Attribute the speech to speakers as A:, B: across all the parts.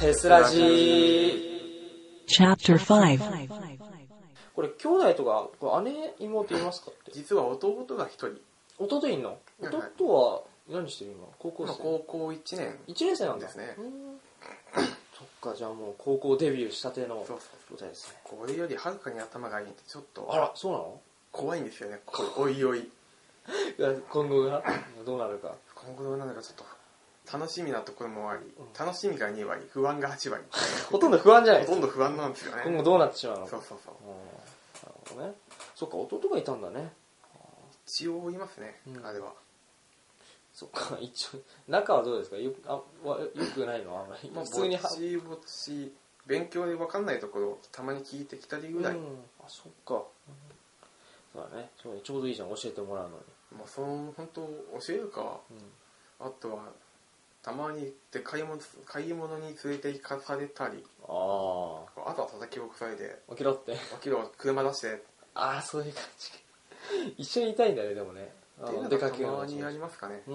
A: テスラジー
B: Chapter 5
A: これ兄弟とかこれ姉妹いますかって
C: 実は弟が一人
A: 弟いんの
C: はい
A: 弟は何してる今高校
C: 今
A: 生
C: 高校1年
A: 一年生なんだ
C: ですね
A: うーんそっかじゃあもう高校デビューしたての
C: そう
A: 舞台ですね
C: これよりはるかに頭がいいってちょっと
A: あらそうなの
C: 怖いんですよねこれおいおい
A: いや今後がどうな るか
C: 今後どうなるかちょっと楽しみなところもあり楽しみが2割不安が8割
A: ほとんど不安じゃない
C: ほとんど不安なんですよね
A: 今後どうなってしまうのか
C: そうそうそう
A: うんなるほどねそっか弟がいたんだね
C: 一応いますね、
A: うん
C: あれは
A: そっか一応仲はどうですかよくあわよくないのあんまり
C: まあ
A: 普通に
C: ぼちぼち勉強で分かんないところをたまに聞いてきたりぐらい、
A: うん、あそっか、うんそうだねそうねちょうどいいじゃん教えてもらうのに、
C: まあその本当教えるかあとはたまに行って買い物買い物に連れて行かされたり
A: あ
C: あとは叩き起こされて
A: あ起きろって
C: 「起きろ車出して」
A: ああそういう感じ 一緒にいたいんだねでもねあ
C: っていう
A: の
C: の
A: 出
C: が
A: か
C: た
A: けるの
C: まにありますかね
A: うん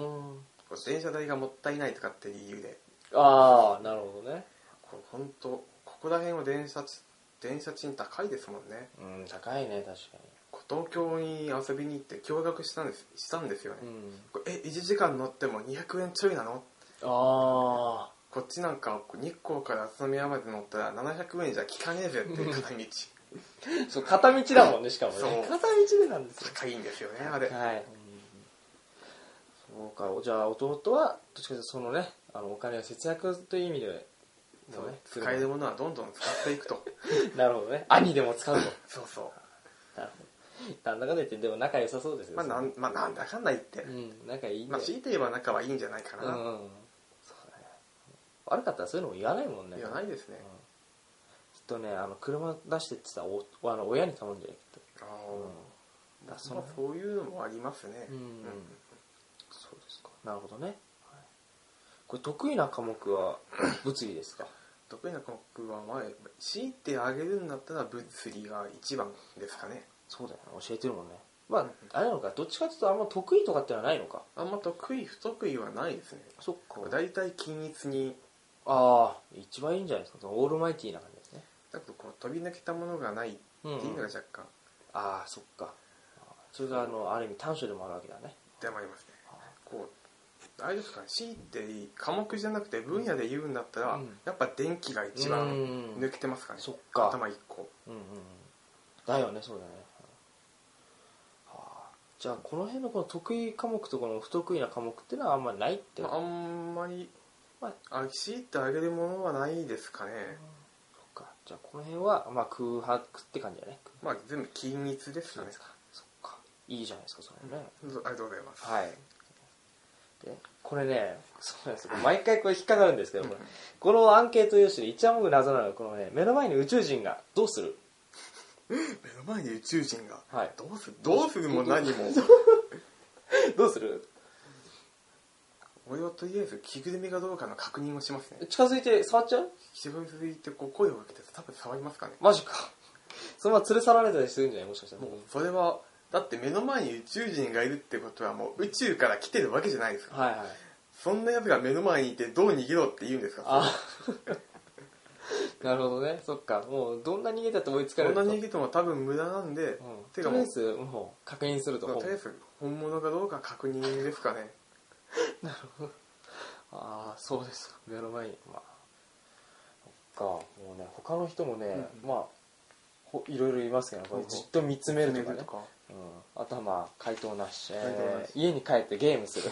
C: こう電車代がもったいないとかって理由で
A: ああなるほどね
C: こう本当ここら辺は電車ち電車賃高いですもんね
A: うん高いね確か
C: こう東京に遊びに行って驚愕したんですしたんですよね、
A: にうん
C: こうえ1時間乗っても200円ちょいなの
A: ああ
C: こっちなんかこう日光から宇都宮まで乗ったら700円じゃ効かねえぜっていう片道
A: そう片道だもんねしかもね
C: そう
A: 片道でなんですよ
C: 高いんですよねあれ
A: はい、そうかじゃあ弟はどっちかというとそのねあのお金を節約という意味で
C: そ
A: も
C: う
A: ね
C: 使えるものはどんどん使っていくと
A: なるほどね兄でも使うと
C: そうそ
A: なるほどなんだかんだ言ってでも仲良さそうです
C: う
A: よ
C: まあなん,、まあ、なんだかんだ言って、
A: うん仲いいね
C: まあ強いて言えば仲はいいんじゃないか
A: うん
C: な、
A: そうだね悪かったらそういうのも言わないもんね
C: 言わないですね
A: うん、きっとねあの車出してって言ったらおあの親に頼んじゃうきっと
C: あ
A: うんだ
C: あ
A: そ
C: そ
A: の
C: そういうのもありますね
A: うんそうですかなるほどね、はいこれ得意な科目 は物理ですか
C: 得意な科目はまあ強いてあげるんだったら物理が一番ですかね
A: そうだよね教えてるもんねまああれなのかどっちかっていうとあんま得意とかってのはないのか
C: あんま得意不得意はないですね
A: そっか
C: 大体均一に
A: ああ一番いいんじゃないですかそのオールマイティーな感じですね
C: だけどこう飛び抜けたものがないっていうのが若干
A: ああそっかそれがあのある意味短所でもあるわけだね
C: でもありますねこうあれですかね強いて科目じゃなくて分野で言うんだったら、
A: うん
C: やっぱ電気が一
A: う
C: 番
A: ん
C: 抜けてますかね、
A: そっか
C: 頭一個
A: うんうんうんだよねそうだねはあじゃあこの辺のこの得意科目とこの不得意な科目っていうのはあんまりないって
C: まあ、あんまり、
A: ま
C: あ、強いてあげるものはないですかね、
A: そっかじゃあこの辺はまあ空白って感じだね
C: まあ全部均一です
A: そ
C: か
A: う
C: ね
A: ですかそっかいいじゃないですかそれね、
C: ありがとうございます、
A: はいでこれねそうなんですよ毎回これ引っかかるんですけど これこのアンケート用紙で一番僕謎なのはこのね目の前に宇宙人がどうする
C: 目の前に宇宙人が、
A: はい
C: どうするどうするも何も
A: どうする
C: 俺はとりあえず着ぐるみがどうかの確認をしますね
A: 近づいて触っちゃう
C: 着ぐるみってこう声をかけて多分触りますかね
A: マジか そのまま連れ去られたりするんじゃないもしかしたら
C: もうそれはだって目の前に宇宙人がいるってことはもう宇宙から来てるわけじゃないですか
A: はいはい
C: そんな奴が目の前にいてどう逃げろって言うんですか
A: あ なるほどねそっかもうどんな逃げたって追いつか
C: こ
A: れる
C: ん
A: と
C: な逃げても多分無駄なんで、
A: うん
C: てかも
A: とりあ
C: う
A: えずもう確認すると
C: そうとりあえず本物かどうか確認ですかね
A: ああそうですか目の前にまあそっかもうね他の人もね、
C: う
A: まあほいろいろいますけど、これ
C: ほうほう
A: じっと見つめるとか
C: る
A: ね
C: とか
A: うん、あとはまあ回答なし、
C: 回答な
A: え
C: し
A: ー家に帰ってゲームする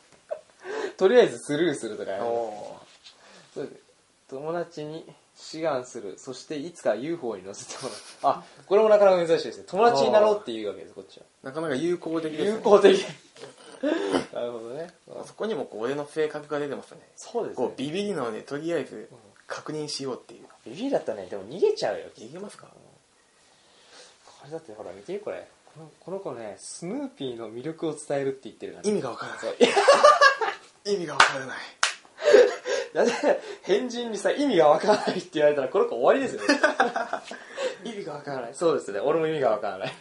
A: とりあえずスルーするとかやる
C: お
A: そうです友達に志願するそしていつか UFO に乗せてもらうあこれもなかなか珍しいですね友達になろうっていうわけですこっちは
C: ーなかなか有効的です、ね、
A: 友好的 なるほどね
C: あそこにもこう俺の性格が出てますね
A: そうですね
C: こうビビりなのでとりあえず確認しようっていう
A: ビビりだったらねでも逃げちゃうよ
C: 逃げますか
A: これだってほら見てこれこのこの子ねスヌーピーの魅力を伝えるって言ってるから
C: 意味がわから
A: そう
C: ない意味がわからない
A: だって変人にさ意味がわからないって言われたらこの子終わりですよね 意味がわからないそうですね俺も意味がわからない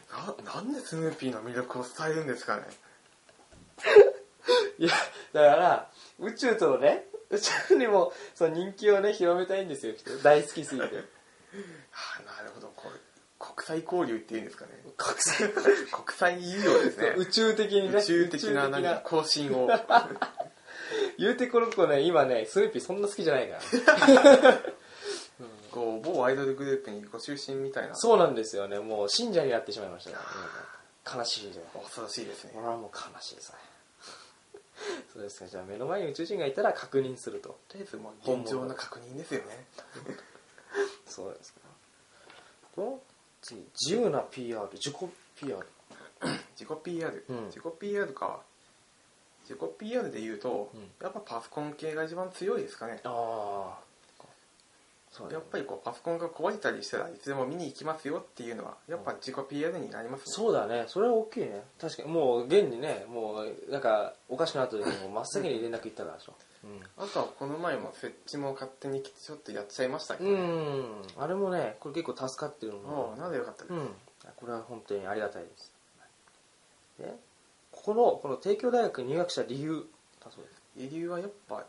C: ななんでスヌーピーの魅力を伝えるんですかね
A: いやだから宇宙とのねうちらにもその人気をね広めたいんですよきっと大好きすぎて
C: はあ、なるほどこれ国際交流っていうんですかね
A: 国際
C: 国際友情ですね
A: 宇宙的にね
C: 宇宙的な
A: 宇宙
C: 何か更新を
A: 言うてこの子ね今ねスヌーピーそんな好きじゃないから
C: こう某アイドルグループにご就寝みたいな
A: そうなんですよねもう信者になってしまいましたね悲しいじゃん
C: 恐ろしいですね
A: 俺はもう悲しいさそうですかじゃあ目の前に宇宙人がいたら確認すると
C: とりあえずもう現状の確認ですよね
A: そうですかこの次自由な PR 自己 PR
C: 自己 PR、
A: うん
C: 自己 PR か自己 PR で言うと、
A: うん
C: やっぱパソコン系が一番強いですかね
A: ああそう
C: やっぱりこうパソコンが壊れたりしたらいつでも見に行きますよっていうのはやっぱ自己 PR になりますね、
A: そうだねそれは大きいね確かにもう現にねもうなんかおかしくなった時にもう真っ先に連絡行ったからでしょ
C: あとはこの前も設置も勝手に来てちょっとやっちゃいましたけ
A: う
C: ど、
A: ん、
C: ね
A: うん、あれもねこれ結構助かってる
C: お
A: の
C: うなぜよかったです、
A: うん、これは本当にありがたいです。で、ここの、この帝京大学に入学した理由だそうです。
C: 理由はやっぱ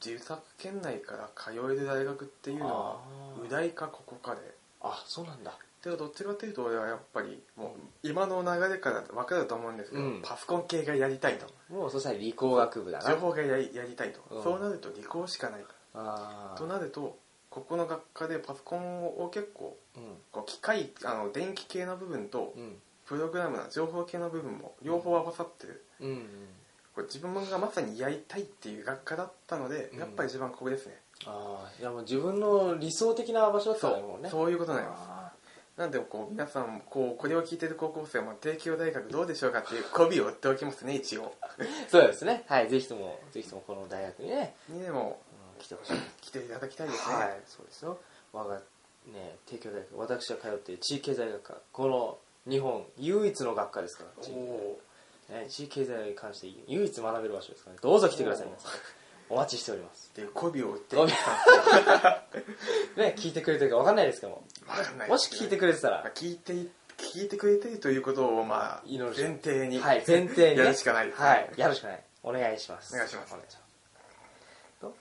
C: 住宅圏内から通える大学っていうのは
A: あー
C: 右大かここかで
A: あ、そうなんだ。
C: でもどっちかというと俺はやっぱりもう今の流れから分かると思うんですけど、
A: うん
C: パソコン系がやりたいと
A: もうそしたら理工学部だな。
C: 情報がやりやりたいと、
A: うん
C: そうなると理工しかない
A: あ
C: と
A: あ。
C: なるとここの学科でパソコンを結構
A: う
C: こう機械あの電気系の部分と
A: ん。うん。
C: プログラムな情報系の部分も両方合わさってる、
A: うんうん。
C: これ自分がまさにやりたいっていう学科だったので、
A: うん
C: やっぱり一番ここですね
A: ああ、いやもう自分の理想的な場所だった
C: そ
A: ね、
C: う
A: もうね。
C: そういうことになります
A: あ
C: なんでこう皆さんもこうこれを聞いてる高校生も帝京大学どうでしょうかっていう媚びを売っておきますね一応
A: ーそうですね。はい、ぜひとも、ぜひともこの大学にね、
C: にでも
A: うん来てほしい。
C: 来ていただきたいですね、
A: はい、そうですよ。我が、ね、帝京大学、私が通っている地域経済学科、この日本唯一の学科ですから、地
C: お
A: 域
C: お
A: ね、地域経済に関して唯一学べる場所ですから、ね、どうぞ来てください皆さんお待ちしております
C: っていう媚びを売って
A: ごめんね聞いてくれてるか分かんないですけども
C: わかんない
A: もし聞いてくれてた
C: まあ
A: ら
C: 聞いて聞いてくれてるということをまあ
A: 祈るし
C: 前提に、
A: はい前提に、ね、
C: やるしかないですね
A: はいやるしかないお願いします
C: お願いします
A: と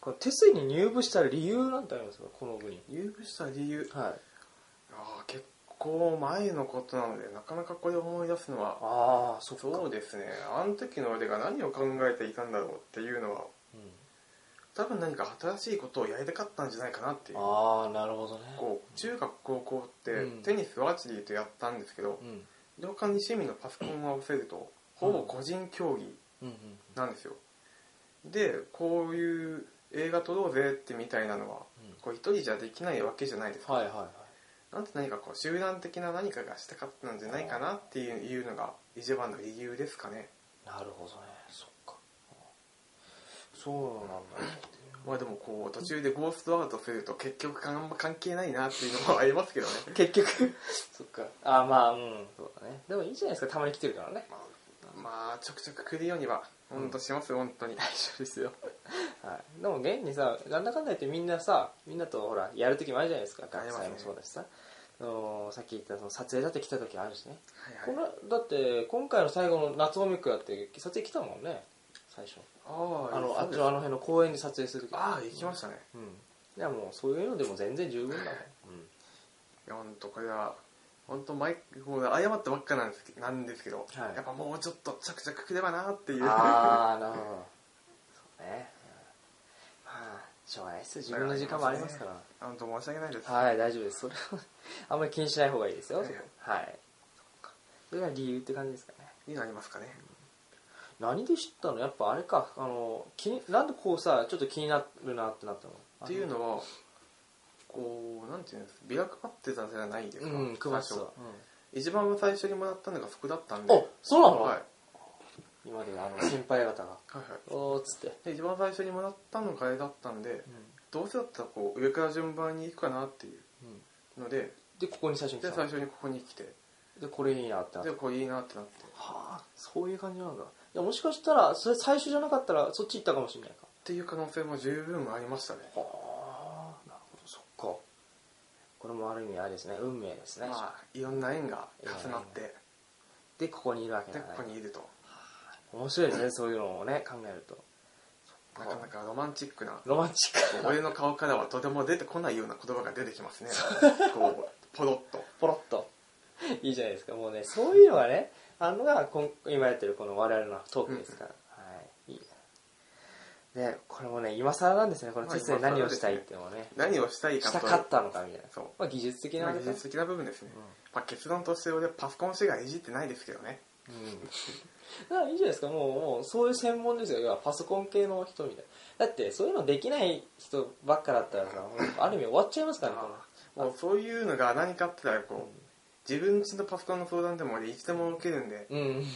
A: この手水に入部した理由なんてありますかこの部に
C: 入部した理由
A: はい
C: ああ結構前のことなのでなかなかこれを思い出すのは
A: ああそっか
C: そうですねあの時の俺が何を考えていたんだろうっていうのは
A: うん
C: 多分何か新しいことをやりたかったんじゃないかなっていう
A: ああなるほどね
C: こう中学高校って
A: うん
C: テニスワーチリーとやったんですけど
A: うんうん
C: 同館に趣味のパソコンを合わせるとほぼ個人競技
A: うんうん
C: なんですよでこういう映画撮ろうぜってみたいなのは
A: うん
C: こう一人じゃできないわけじゃないですか
A: はいはいはい
C: なんて何かこう集団的な何かがしたかったんじゃないかなっていういうのが一番の理由ですかね
A: なるほどねそっかそうなんだ
C: まあでもこう途中でゴーストアウトすると結局あんま関係ないなっていうのもありますけどね
A: 結局 そっかあまあうんそうだねでもいいじゃないですかたまに来てるからね
C: まあ、まあ、ちょくちょく来るようには本当しますよ、本当に大丈夫ですよ
A: はい、でも現にさなんだかんだ言ってみんなさみんなとほらやる時もあるじゃないですか
C: あり
A: 学
C: ますね
A: 祭もそうだしさ、あのーさっき言ったその撮影だって来た時あるしね、
C: はいはい
A: このだって今回の最後の夏オミックだって撮影来たもんね最初
C: あ
A: あのあ
C: あ
A: っちのあの辺の公園で撮影する時
C: ああ行きましたね
A: うんいやもうそういうのでも全然十分だもん、うん
C: いや本当これは本当毎こう謝ったばっかなんですけなんですけど、
A: はい
C: やっぱもうちょっとちょくちょく来ればなっていう
A: ああなるほどそうねまあしょうがないです自分の時間もありますから、
C: 本当申し訳ないです、
A: はい大丈夫ですそれはあんまり気にしない方がいいですよ
C: はい
A: そこはいそっかそれが理由って感じですかね
C: になりますかね
A: 何で知ったのやっぱあれかあの気になんでこうさちょっと気になるなってなったの
C: っていうのはこうなんていうんですビラ配ってたじゃないですか、
A: うん詳しさ、うん、
C: 一番最初にもらったのがそこだったんで
A: おそうなの、
C: はい、
A: 今まであの先輩方が
C: はいはい
A: おーっつって、
C: で一番最初にもらったのがあれだったんで
A: うん
C: どうせだったらこう上から順番に行くかなっていう
A: うん
C: ので
A: でここに最初に来
C: で
A: た
C: 最
A: の
C: 初にここに来て
A: でこれいいなってなった
C: でこれいいなってなってっ
A: はあそういう感じなんだいやもしかしたらそれ最初じゃなかったらそっち行ったかもしれないか
C: ていう可能性も十分ありましたね
A: はあなるほどそっかこれもある意味あれですね運命ですね、
C: まあいろんな縁が重なって
A: でここにいるわけ
C: で
A: だ
C: こ
A: から
C: こにいると
A: 面白いですねそういうのをね考えるとそっ
C: なかなかロマンチックな
A: ロマンチックな
C: 俺の顔からはとても出てこないような言葉が出てき ますねこうポロッと
A: ポロッと いいじゃないですかもうねそういうのがねあるのがこん今やってるこの我々のトークですから、はいいいでこれもね今更なんですねこの
C: はい
A: テストで
C: 今更
A: 何
C: ですね
A: をしたいっていうのもね
C: 何をしたいか
A: した
C: と
A: かったのかみたいな
C: そう
A: まあ、技術的な
C: まあ
A: あれ
C: 技
A: か
C: 術的な部分ですね、
A: うん
C: まあ、結論として俺はパソコンしかいじってないですけどね
A: うん、 いいじゃないですかもうもうそういう専門ですよ要はパソコン系の人みたいなだってそういうのできない人ばっかだったらさもうある意味終わっちゃいますからねこの
C: もうそういうのが何かあったらこう自分ちのパソコンの相談でも俺いつでも受けるんで
A: うん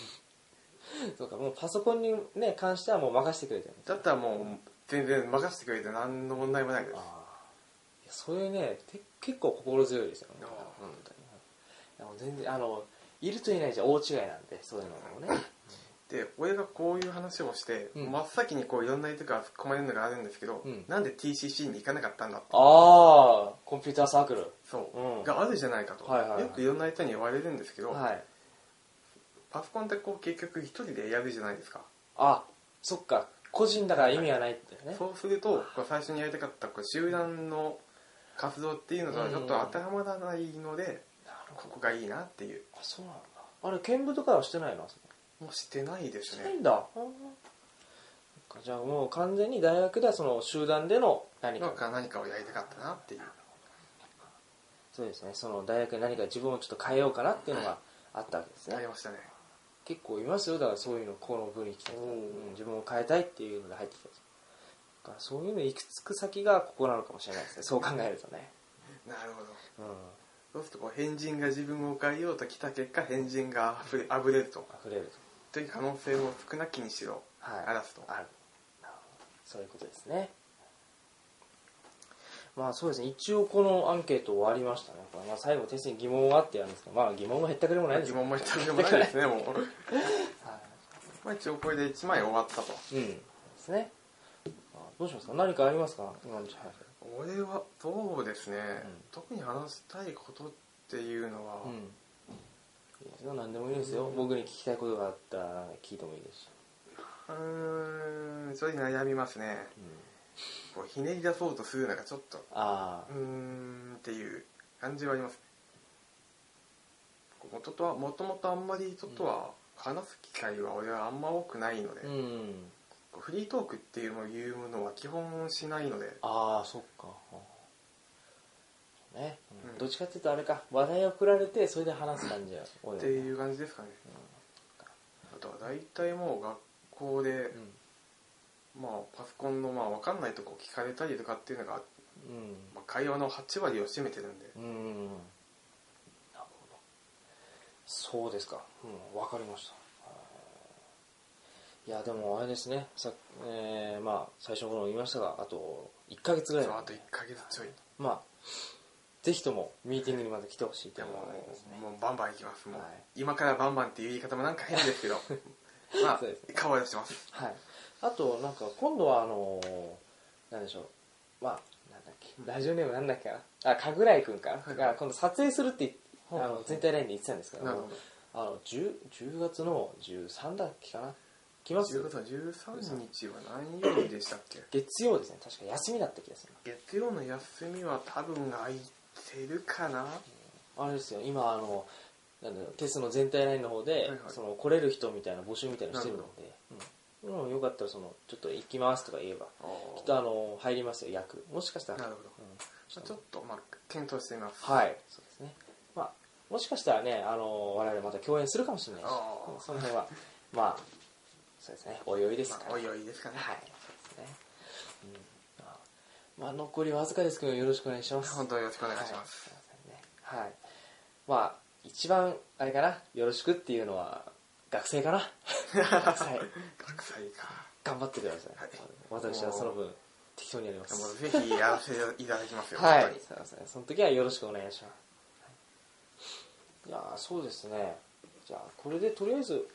A: そうかもうパソコンに、ね、関してはもう任せてくれてる
C: だったらもう全然任せてくれて何の問題もないです
A: ああそれねて結構心強いですよね
C: ああ
A: 本当にいやもう全然あのいるといないじゃ大違いなんでそういうのも ね
C: で俺がこういう話をして、
A: うん
C: 真っ先にこういろんな人から突っ込まれるのがあるんですけど、
A: うん
C: なんで TCC に行かなかったんだって
A: ああコンピューターサークル
C: そう、
A: うん
C: があるじゃないかと、
A: はいはいはい
C: よくいろんな人に言われるんですけど、
A: はい
C: パソコンってこう結局一人でやるじゃないですか、
A: あそっか個人だから意味はないってね、
C: そうするとこう最初にやりたかったこう集団の活動っていうのとはちょっと当てはまらないので、
A: なる
C: こ
A: ほど
C: こがいいなっていう
A: あそうなんだあれ見舞とかはしてないのあそこ
C: もうしてないです
A: し
C: ね
A: ないんだ、あーそっかじゃあもう完全に大学ではその集団での何
C: なん
A: か
C: か何かをやりたかったなっていう
A: そうですねその大学で何か自分をちょっと変えようかなっていうのがあったわけですね、
C: ありましたね
A: 結構いますよだからそういうのこの分に来た人、
C: おー
A: うん自分を変えたいっていうので入ってきた人だからそういうの行き着く先がここなのかもしれないですねそう考えるとね、
C: なるほど
A: うん、
C: そうするとこう変人が自分を変えようと来た結果変人があふれあぶれると
A: 溢れると
C: という可能性も少なきにしろ
A: はい
C: あらすと
A: あるなるほどそういうことですねまあそうですね一応このアンケート終わりましたね、これまあ、最後テストに疑問はってやるんですけどまあ疑問もへったくれもないです
C: 疑
A: けど
C: 問も言ったでもない ですねもう
A: は
C: まあ一応これで1枚終わったと
A: いうんですねあどうしますか何かありますか今の話
C: 俺はそうですね、
A: ん
C: 特に話したいことっていうのは、
A: うんいいですよ何でもいいですよ、僕に聞きたいことがあったら聞いてもいいですし
C: うーんそれに悩みますねこうひねり出そうとするのがちょっと
A: あ
C: うーんっていう感じはありますこう元とはもともとあんまり人とは話す機会は俺はあんま多くないので、
A: あうん
C: こうフリートークっていうのを言うものは基本しないので
A: ああそっかね、うん
C: うん
A: どっちかっていうとあれか話題を振られてそれで話す感じが多い
C: っ
A: の
C: て
A: か
C: いう感じですかね、あとは大体もう学校で、まあ、パソコンのまあ分かんないとこ聞かれたりとかっていうのが、
A: う
C: まあ、会話の8割を占めてるんで
A: んうん、うん、なるほどそうですかうんわかりましたはいいやでもあれですねさ、えーまあ最初の頃も言いましたがあと1ヶ月ぐらい
C: そう
A: な
C: あ
A: ん
C: と
A: で
C: 1ヶ月ちょい
A: まあぜひともミーティングにまた来てほしいと
C: で
A: いうの
C: も
A: がありますね
C: もうバンバンいきますもう、
A: はい
C: 今からバンバンっていう言い方もなんか変ですけ どまあ
A: そうですね
C: 顔は出します
A: はい、あとなんか今度はあのーなんでしょうまあなんだっけラジオネームなんだっけかなあかぐらいくんか、
C: はい
A: が今度撮影するって言っ
C: は
A: あ
C: い
A: の全体ラインで言ってたんですけど
C: なるほど
A: あの 10, 10月の13だっけかな来ます
C: 10月の13日は何曜日でしたっけ
A: 月曜ですね確か休みだった気がする
C: 月曜の休みは多分空いてるかな
A: あれですよ今あのなんだろうテストの全体ラインの方で、
C: いはい
A: その来れる人みたいな募集みたいなのしてるので、うんうん、よかったらそのちょっと行きますとか言えばきっとあの入りますよ役もしかしたら
C: なるほど
A: うん
C: まあちょっとまあ検討してみます
A: はい、そうですね。まあ、もしかしたらね、あの、我々また共演するかもしれないし
C: あ、ー
A: その辺は、まあ、そうですね、おいおいです
C: ま
A: から。
C: あおいおいですかね
A: はい、そうですね。うんまあまあ、残りわずかですけど、よろしくお願いします。
C: 本当によろしくお願いし
A: は
C: ま
A: い
C: す
A: すいませんね。はい。まあ、一番、あれかな、よろしくっていうのは、学生かな。はい。
C: 学祭か
A: 頑張ってください。
C: はい
A: 私はその分、適当にやりま
C: ですも。ぜひやらせていただきますよ
A: はい
C: 本当に。
A: すいません。その時はよろしくお願いします。はいいやーそうですね。じゃあ、これでとりあえず、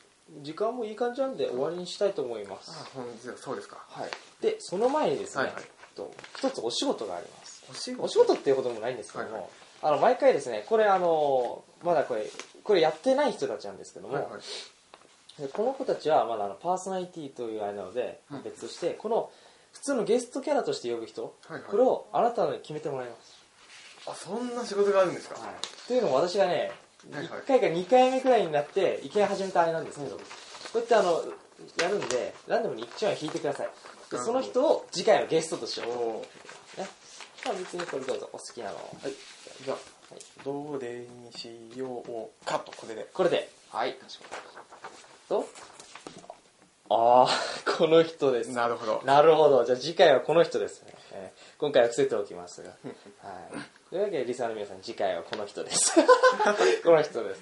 A: 時間もいい感じなんで終わりにしたいと思います。
C: あ本日はそうですか
A: はい。で、その前にですね、
C: はいはい
A: と一つお仕事があります。
C: お仕
A: お仕事っていうこともないんですけども、
C: はいは
A: あの、毎回ですね、これあのー、まだこれ、これやってない人たちなんですけども、
C: はいはい
A: でこの子たちはまだあのパーソナリティというあれなので
C: うん
A: 別として、この普通のゲストキャラとして呼ぶ人、
C: はいはい
A: これをあなたに決めてもらいます、
C: あそんな仕事があるんですか、
A: というのも私がね
C: はいはい
A: 1回か2回目くらいになっていきなり始めたあれなんですけど、こうやってあのやるんでランダムに1枚引いてくださいでその人を次回のゲストとして呼ぶ
C: おお
A: ねまあ別にこれどうぞお好きなのを
C: はいじゃあ
A: は
C: ど
A: い
C: れにしようかとこれで
A: これではいとああこの人です
C: なるほど
A: なるほどじゃあ次回はこの人ですね、えー今回は伏せてお きますが、はい、というわけでリサの皆さん次回はこの人です この人です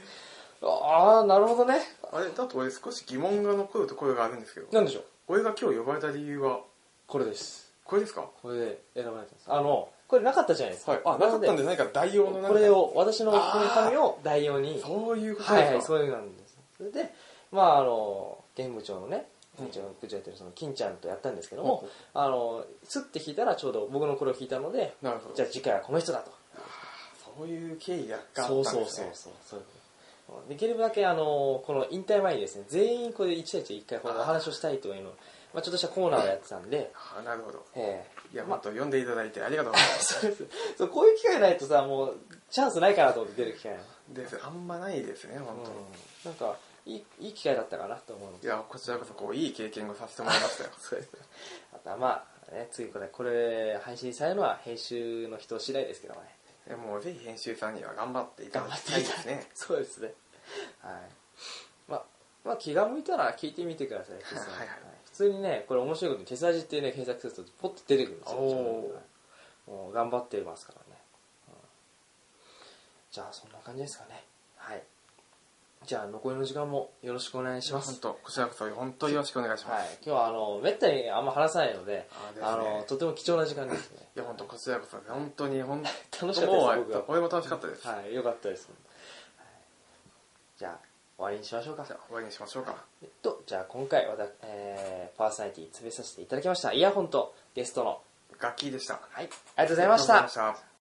A: ああなるほどね
C: あれだと俺少し疑問が残るところがあるんですけど
A: なんでしょう
C: 俺が今日呼ばれた理由は
A: これです
C: これですか
A: これで選ばれてますあのこれなかったじゃないですか、
C: はいあなかったんじゃ
A: な
C: ないか代用のな
A: ので
C: んか
A: これを私のこ
C: あー
A: の紙を代用に
C: そういうこと
A: はいはい
C: ですか
A: そういうのなんですそれでまああの現部長のね
C: うん
A: 部長部長やってるその金ちゃんとやったんですけど
C: ほ
A: も、
C: うほう
A: あのスッて弾いたらちょうど僕のこれを弾いたので
C: なるほど
A: じゃあ次回はこの人だと
C: そういう経緯があったん
A: そう
C: です
A: そ
C: ね
A: うそうそうそういうことできるだけあのこの引退前にですね全員これで1対1で1回このお話をしたいというのをまあ、ちょっとしたコーナーをやってたんで、
C: あなるほど
A: ええ
C: いや
A: ま
C: も
A: あ
C: っと読んでいただいてありがとうございます
A: そうですそうこういう機会ないとさもうチャンスないかなと思って出る機会、
C: ですあんまないですね
A: う
C: 本
A: ん
C: 当に、、
A: なんかいいいい機会だったかなと思うので
C: いやこちらこそこういい経験をさせてもらいましたよ そうです
A: あとはまあ、ね、次これ、これ、配信されるのは編集の人次第ですけどもね。
C: もうぜひ編集さんには頑張っていただきたいですね
A: そうですね。はい。まあ、まあ、気が向いたら聞いてみてください。普通に
C: はいはい
A: 普通にね、これ面白いことに、手差しってね、検索すると、ポッと出てくるんですよ。
C: お
A: はいもう頑張ってますからね。うんじゃあ、そんな感じですかね。はい。じゃあ、残りの時間もよろしくお願いしま
C: 本
A: す。
C: 当こちらこそ本当よろしくお願いします、
A: は
C: い、、
A: い今日はあのめったにあんま話さないので
C: あーですね
A: あのとても貴重な時間ですね
C: や本当こちらこそ本当に本当
A: 楽しかったです
C: もう
A: 僕は
C: 俺も楽しかったです、
A: はい、よかったです、はいじゃあ、終わりにしましょうか
C: じゃ。あ終わりにしましょうか、
A: えっと、じゃあ今回わた、えーパーソナリティ詰めさせていただきました。イヤホンとゲストの、
C: 楽器でしたあり
A: はい、ありがとうございました。
C: た